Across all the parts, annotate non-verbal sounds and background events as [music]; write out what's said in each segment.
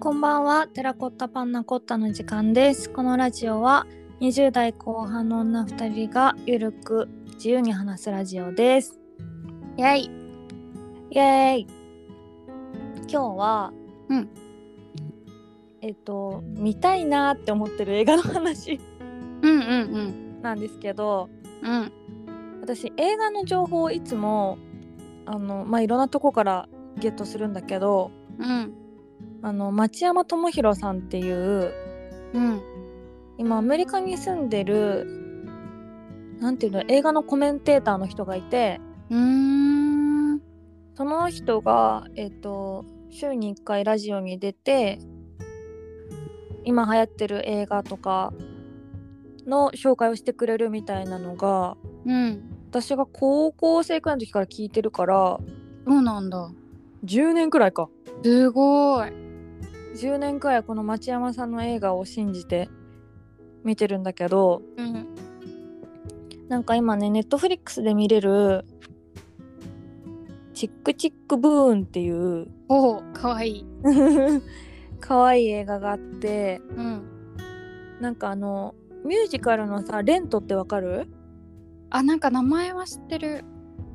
こんばんは、テラコッタパンナコッタの時間です。このラジオは20代後半の女2人がゆるく自由に話すラジオです。イェイイエーイ今日は、うんえっと、見たいなって思ってる映画の話 [laughs] うんうんなんですけど、うんうん私映画の情報をいつもあの、まあ、いろんなとこからゲットするんだけど、うんあの町山智博さんっていううん今アメリカに住んでるなんていうの映画のコメンテーターの人がいてうーんその人がえっ、と週に1回ラジオに出て今流行ってる映画とかの紹介をしてくれるみたいなのがうん私が高校生くらいの時から聞いてるからそうなんだ10年くらいかすごい10年くらいこの町山さんの映画を信じて見てるんだけどうんなんか今ね、ネットフリックスで見れる、チックチックブーンっていう、おおかわいい可愛い映画があって、うんなんかあの、ミュージカルのさ、レントってわかるあなんか名前は知ってる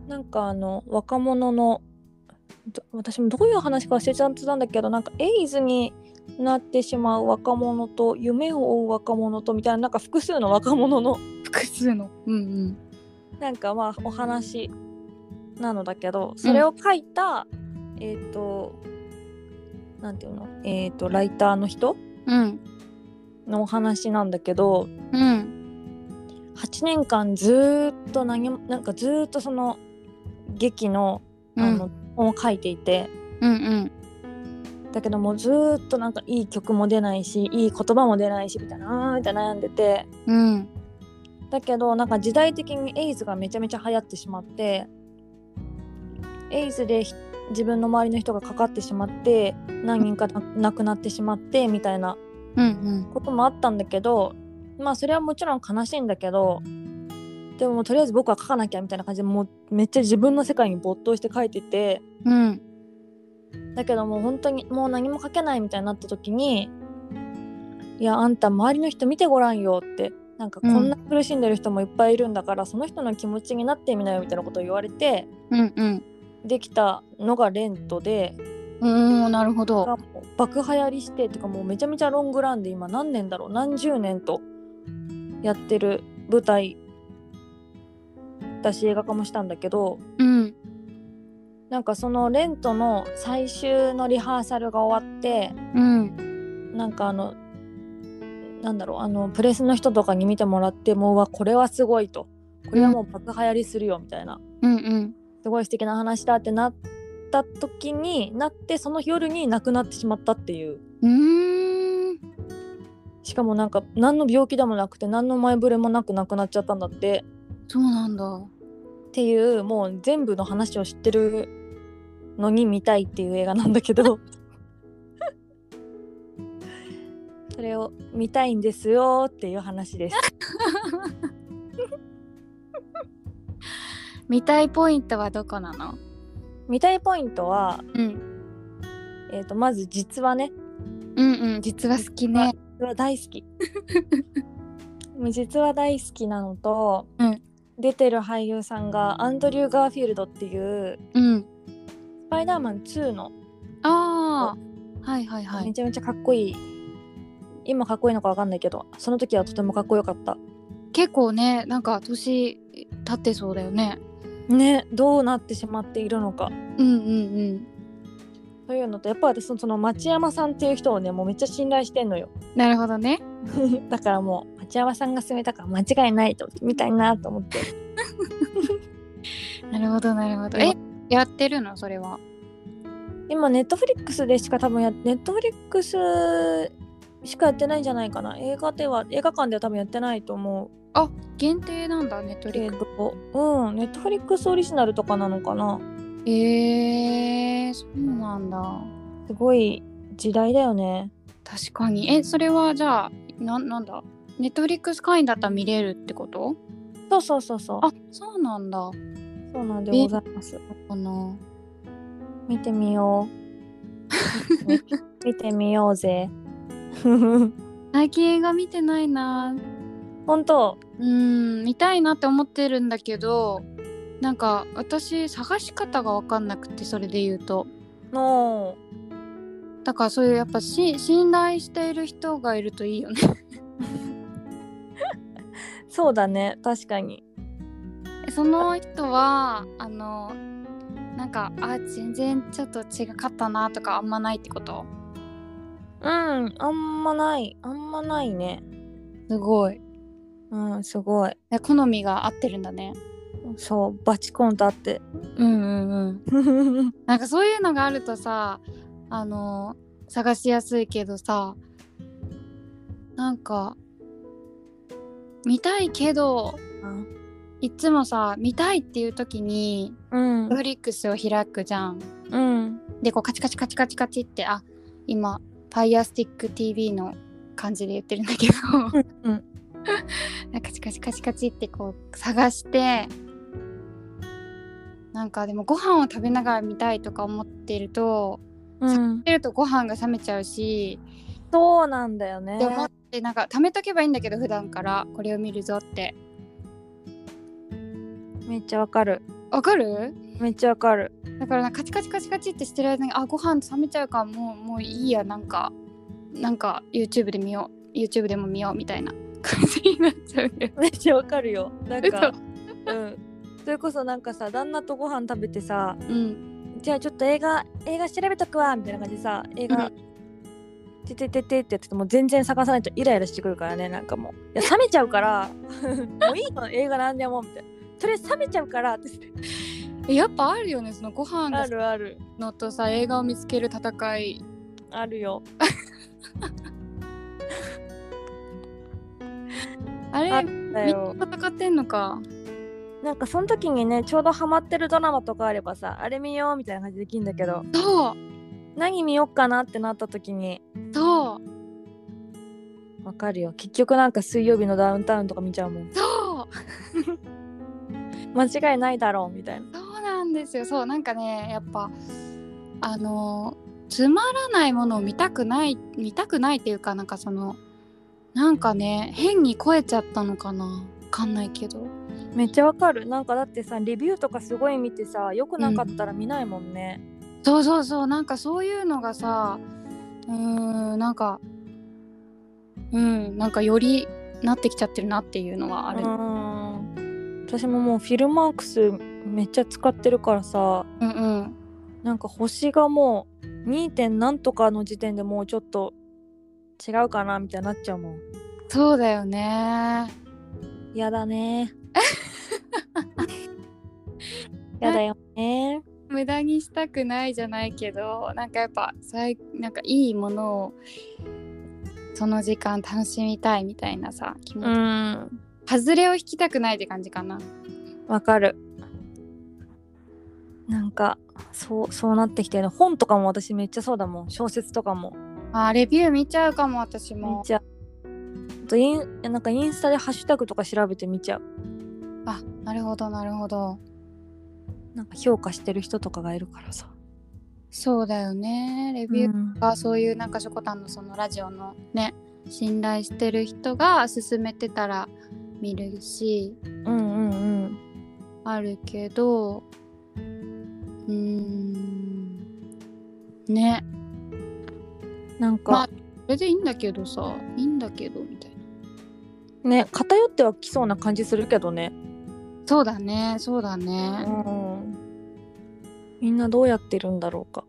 なんかあの、若者の、ど私もどういう話か忘れちゃってたんだけど、なんかエイズになってしまう若者と、夢を追う若者とみたいな、なんか複数の若者の、複数のうんなんかまあお話なのだけどそれを書いた、えっ、となんていうのえっ、とライターの人うんうんのお話なんだけどうん8年間ずーっと何もなんかずーっとその劇のうんあの、本を書いていてうんうんだけどもうずーっとなんかいい曲も出ないしいい言葉も出ないしみたいなあーみたいな悩んでてうんだけどなんか時代的にエイズがめちゃめちゃ流行ってしまってエイズでひ自分の周りの人がかかってしまって何人かな亡くなってしまってみたいなうんこともあったんだけどまあそれはもちろん悲しいんだけどでももうとりあえず僕は書かなきゃみたいな感じでもうめっちゃ自分の世界に没頭して書いててうんだけどもう本当にもう何も書けないみたいになった時にいやあんた周りの人見てごらんよってなんかこうんんな苦しんでる人もいっぱいいるんだから、その人の気持ちになってみなよみたいなことを言われてうんうんできたのがレントでおおなるほどがもう爆流行りしててかもうめちゃめちゃロングランで今何年だろう何十年とやってる舞台だし映画化もしたんだけどうんなんかそのレントの最終のリハーサルが終わってうんなんかあのなんだろうあのプレスの人とかに見てもらってもううわこれはすごいとこれはもう爆流行りするよみたいな、うんうんすごい素敵な話だってなった時になってその夜に亡くなってしまったっていううーんしかもなんか何の病気でもなくて何の前触れもなく亡くなっちゃったんだってそうなんだっていうもう全部の話を知ってるのに見たいっていう映画なんだけどそれを見たいんですよっていう話です。見たいポイントはどこなの見たいポイントは、うんえー、とまず実はねうんうん実は好きね実は大好 [laughs] きもう実は大好きなのと、うん出てる俳優さんがアンドリュー・ガーフィールドっていううん「スパイダーマン2」のああはいはいはめいちゃめちゃかっこいい、今かっこいいのかわかんないけどその時はとてもかっこよかった結構ねなんか年経ってそうだよねねどうなってしまっているのかうんうんというのとやっぱ私そのその町山さんっていう人をねもうめっちゃ信頼してんの [laughs] ようんなるほどねだからもう町山さんが勧めたから間違いないとみたいなと思ってなるほどなるほどえやってるのそれは今ネットフリックスでしか多分やネットフリックスしかやってないんじゃないかな映画では映画館では多分やってないと思う限定なんだネットリけックどうんネットフリックスオリジナルとかなのかなえー、そうなんだすごい時代だよね確かにえそれはじゃあななんだネットフリックス会員だったら見れるってことそうそうそうそうあそうなんだそうなんでございますこの見てみよう見てみようぜ。 [laughs] 最近映画見てないな本当うん見たいなって思ってるんだけどなんか私探し方が分かんなくてそれで言うとのだからそういうやっぱし信頼している人がいるといいよね [laughs] そうだね確かに。その人はあのなんかあ全然ちょっと違かったなとかあんまないってことうんあんまないあんまないね。すごいうんすごい。え好みが合ってるんだねそうバチコンとあって。うんう [laughs] んうんなんかそういうのがあるとさあの探しやすいけどさなんか見たいけどいつもさ見たいっていう時にうんフリックスを開くじゃん。うんでこうカチカチカチカチカチってあ今 FirestickTV の感じで言ってるんだけど、 [laughs] うんカチカチカチカチってこう探してなんかでもご飯を食べながら見たいとか思ってるとうん食。べるとご飯が冷めちゃうし、そうなんだよねって。思ってなんか貯めとけばいいんだけど普段からこれを見るぞってめっちゃわかる。わかるめっちゃわかる。だからなんかカチカチカチカチってしてる間にあご飯冷めちゃうからもうもういいやなんかなんか YouTube で見よう YouTube でも見ようみたいな感じになっちゃうねめっちゃわかるよ。なんかうん。それこそなんかさ旦那とご飯食べてさうんじゃあちょっと映画映画調べとくわみたいな感じでさ映画、うててててってやっててもう全然探さないとイライラしてくるからねなんかもういや冷めちゃうから [laughs] もういいの映画なんでもみたいなとりあえず冷めちゃうからってえやっぱあるよねそのご飯がるあるのとさ映画を見つける戦いあるよあれあみだよんな戦ってんのかなんかその時にねちょうどハマってるドラマとかあればさあれ見ようみたいな感じできるんだけどそう何見よっかなってなった時にそうわかるよ結局なんか水曜日のダウンタウンとか見ちゃうもんそう間違いないだろうみたいなそうなんですよそうなんかねやっぱあのつまらないものを見たくない見たくないっていうかなんかそのなんかね変に超えちゃったのかなわかんないけどめっちゃわかるなんかだってさレビューとかすごい見てさ良くなかったら見ないもんね、そうそうそうなんかそういうのがさうーんなんかうんなんかよりなってきちゃってるなっていうのはあある、れうん、私ももうフィルマークスめっちゃ使ってるからさうんなんか星がもう 2. 点なんとかの時点でもうちょっと違うかなみたいになっちゃうもんそうだよねやだね [laughs] やだよね無駄にしたくないじゃないけどなんかやっぱ最なんかいいものをその時間楽しみたいみたいなさ気持ち、ん外れを引きたくないって感じかなわかるなんかそうそうなってきてるの本とかも私めっちゃそうだもん小説とかもあレビュー見ちゃうかも私見もちゃう。あとインなんかインスタでハッシュタグとか調べて見ちゃう。あなるほどなるほどなんか評価してる人とかがいるからさ。そうだよねレビューとか、そういうなんかしょこたんのそのラジオのね信頼してる人が勧めてたら見るしうんうんうんあるけどうーんねうん。なんか、まあそれでいいんだけどさいいんだけどみたいなね偏ってはきそうな感じするけどね。そうだねそうだうねん。みんなどうやってるんだろうか。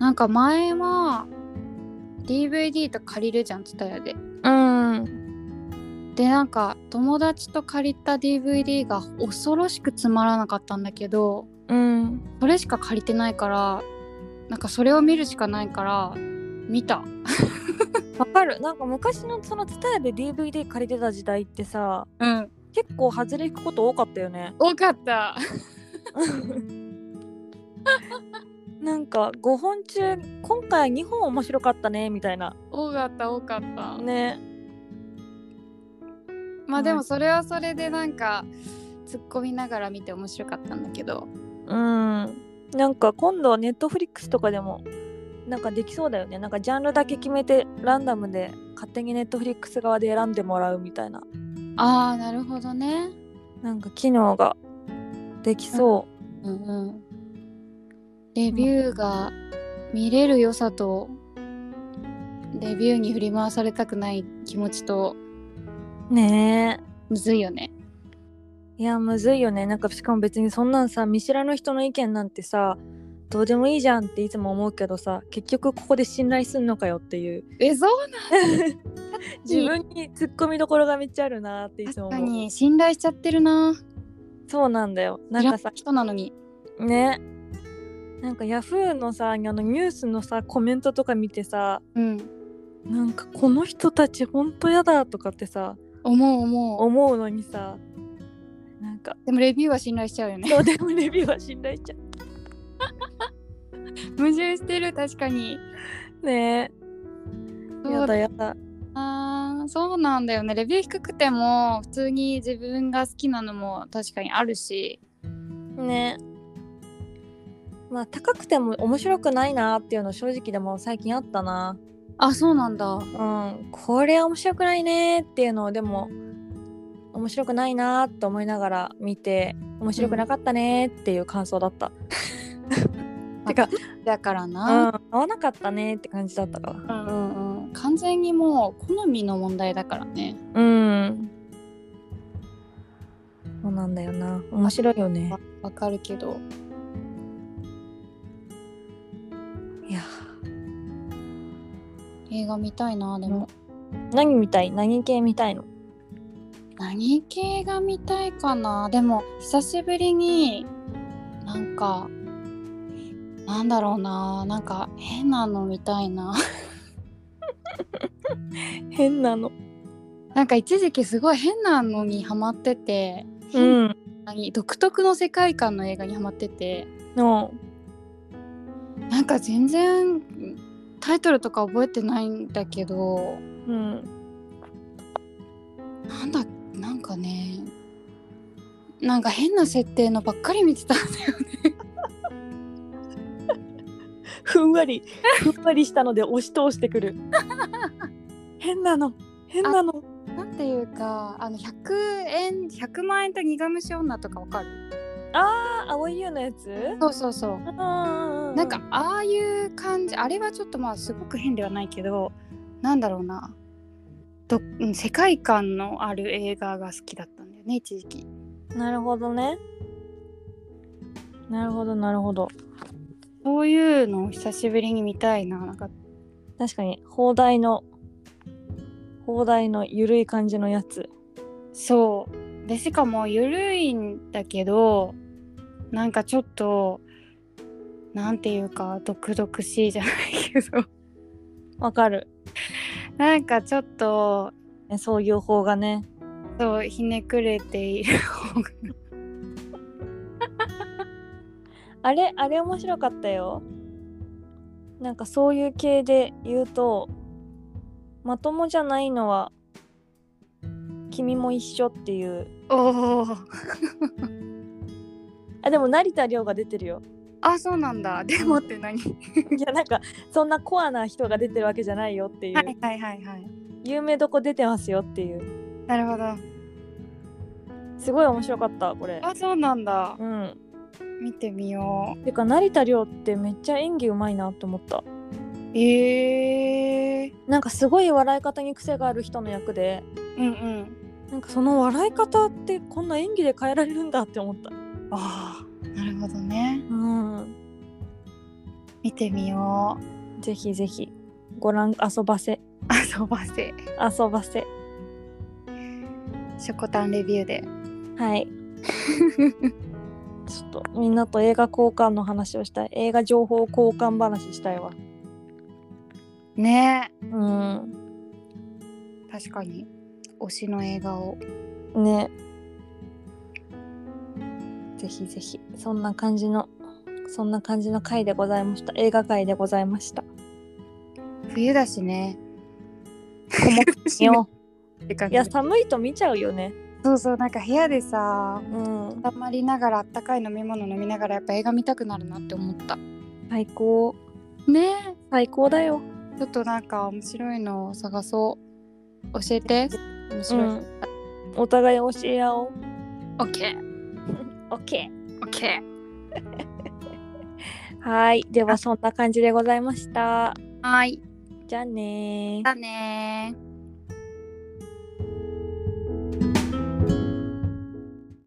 なんか前は DVD とか借りるじゃんツタヤでうん。でなんか友達と借りた DVD が恐ろしくつまらなかったんだけどうん。それしか借りてないからなんかそれを見るしかないから見たわかる。なんか昔のその伝えで DVD 借りてた時代ってさ、うん結構外れ引くこと多かったよね。多かったなんか5本中今回2本面白かったねみたいな。多かった多かったね。まあでもそれはそれでなんか突っ込みながら見て面白かったんだけどうん。なんか今度はネットフリックスとかでもなんかできそうだよねなんかジャンルだけ決めてランダムで勝手にネットフリックス側で選んでもらうみたいなああなるほどねなんか機能ができそうんうんレビューが見れる良さとレビューに振り回されたくない気持ちとう、ねえむずいよねいやむずいよねなんかしかも別にそんなんさ見知らぬ人の意見なんてさどうでもいいじゃんっていつも思うけどさ結局ここで信頼すんのかよっていうえそう [laughs] 自分に突っ込みどころがめっちゃあるなっていつも確か思うに信頼しちゃってるなそうなんだよなんかさ知ら人なのにねなんかヤフーのさあのニュースのさコメントとか見てさうんなんかこの人たちほんとやだとかってさ思う思う思うのにさなんかでもレビューは信頼しちゃうよねどうでもレビューは信頼しちゃ [laughs] 矛盾してる確かにうねえそやうだだやだなそうなんだよねレビュー低くても普通に自分が好きなのも確かにあるしねまあ高くても面白くないなっていうの正直でも最近あったなあそうなんだうんこれ面白くないねっていうのをでも面白くないなと思いながら見て面白くなかったねっていう感想だった、てか、だからうん、な、合わなかったねって感じだったからうんうんうん、完全にもう好みの問題だからねうんそうなんだよな面白いよねわわかるけどいや映画見たいなでも、何見たい何系見たいの何系が見たいかなでも久しぶりになんかなんだろうななんか変なの見たいな [laughs] 変なのなんか一時期すごい変なのにハマっててうん何独特の世界観の映画にハマっててのなんか全然タイトルとか覚えてないんだけどうんなんだなんかねなんか変な設定のばっかり見てたん [laughs] だよふんわりふんわりしたので押し通してくる変なの変なのなんていうかあの100円100万円と苦虫女とかわかるああ青い優のやつそうそうそうななんかああいう感じあれはちょっとまあすごく変ではないけどなんだろうなどうん世界観のある映画が好きだったんだよね一時期なるほどねなるほどなるほどそういうのを久しぶりに見たいななんか確かに放題の放題のゆるい感じのやつそうでしかも緩いんだけどなんかちょっとなんていうか毒々しいじゃないけど [laughs] わかるなんかちょっとねそういう方がねそうひねくれている方があれあれ面白かったよなんかそういう系で言うとまともじゃないのは君も一緒っていうおおあでも成田凌が出てるよ [laughs] あそうなんだでもって何いやなんかそんなコアな人が出てるわけじゃないよっていう、 [laughs] はいはいはいはい有名どこ出てますよっていうなるほどすごい面白かったこれあそうなんだうん見てみよてか成田凌ってめっちゃ演技うまいなって思ったうえー、なんかすごい笑い方に癖がある人の役でうんうんなんかその笑い方ってこんな演技で変えられるんだって思ったあーなるほどねうん見てみよう [laughs] ぜひぜひご覧遊ばせ遊ばせ遊ばせしょこたんレビューではい [laughs] ちょっとみんなと映画交換の話をしたい映画情報交換話したいわねうえん確かに推しの映画をねぜひぜひそんな感じのそんな感じの回でございました映画回でございました冬だしねよって感いや寒いと見ちゃうよねそうそうなんか部屋でさうん、温まりながらあったかい飲み物飲みながらやっぱ映画見たくなるなって思った最高ね最高だよ、えちょっとなんか面白いのを探そう教えて面う白い、ん、お互い教え合おうオッケー OK オッケはいではそんな感じでございましたーはいじゃあねーだねー